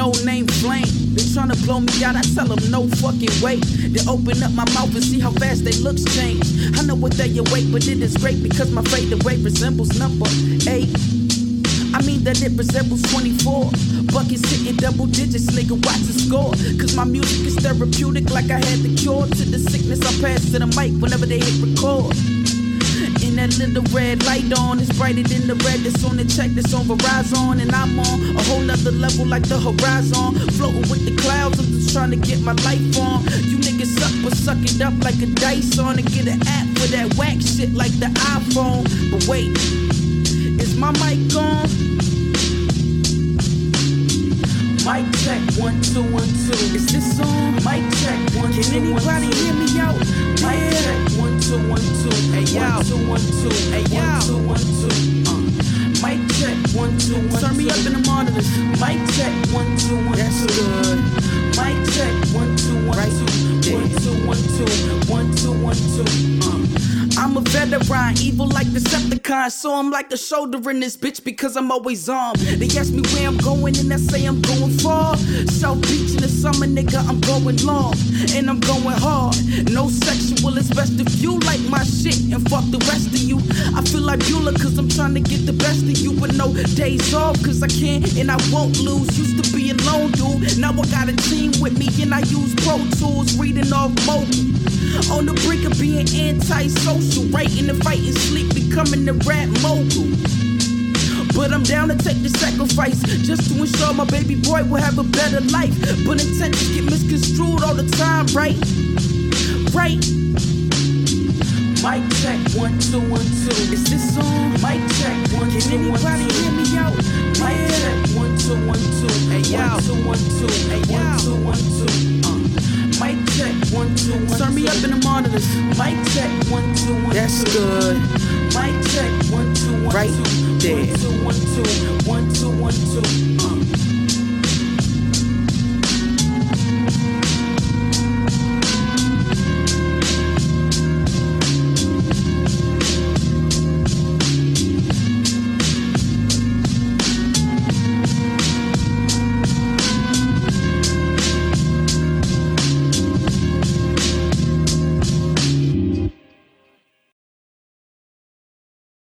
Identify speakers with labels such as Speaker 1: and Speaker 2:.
Speaker 1: old name Flame. They tryna blow me out, I tell them no fucking way. They open up my mouth and see how fast they looks change. I know what they await, but it is great because my fade away resembles number eight. I mean that it resembles 24. Buckets hitting double digits, nigga, watch the score. Cause my music is therapeutic, like I had the cure to the sickness. I pass to the mic whenever they hit record. And that little red light on is brighter than the red that's on the check that's on Verizon. And I'm on a whole nother level like the horizon. Floating with the clouds, I'm just trying to get my life on. You niggas suck, but suck it up like a dice on and get an app for that whack shit like the iPhone. But wait, is my mic on? Mic check one two one two. Is this on? Mic check one two. Can anybody hear me out? Mic check one two one two. Hey yo. One two one two. Hey yo. One two one two. Uh. Mic check one two one Turn me up in the monitors. Mic check one two one That's good. Mic check one two one right. two. One two one two. One two one two. Uh. I'm a veteran, evil like Decepticon. So I'm like the shoulder in this bitch because I'm always on. They ask me where I'm going and I say I'm going far. South Beach in the summer, nigga, I'm going long and I'm going hard. No sexual, it's best if you like my shit and fuck the rest of you. I feel like Beulah cause I'm trying to get the best of you with no days off cause I can and I won't lose. Used to be a lone dude, now I got a team with me and I use Pro Tools, reading off mobile. On the brink of being antisocial, writing and fighting sleep, becoming the rap mogul. But I'm down to take the sacrifice just to ensure my baby boy will have a better life. But intentions get misconstrued all the time, right? Right. Mic check one two one two. Is this on? Mic check one Can two one two. Can anybody hear me out? Mic check one two one two. Hey yo. One two one two. Hey yo. One two one two. Uh. Mic check one two one. Turn me up in the monitors. Mic check one two one. That's good. Mic check one two one right two. There. One two one two. One two one two. Uh.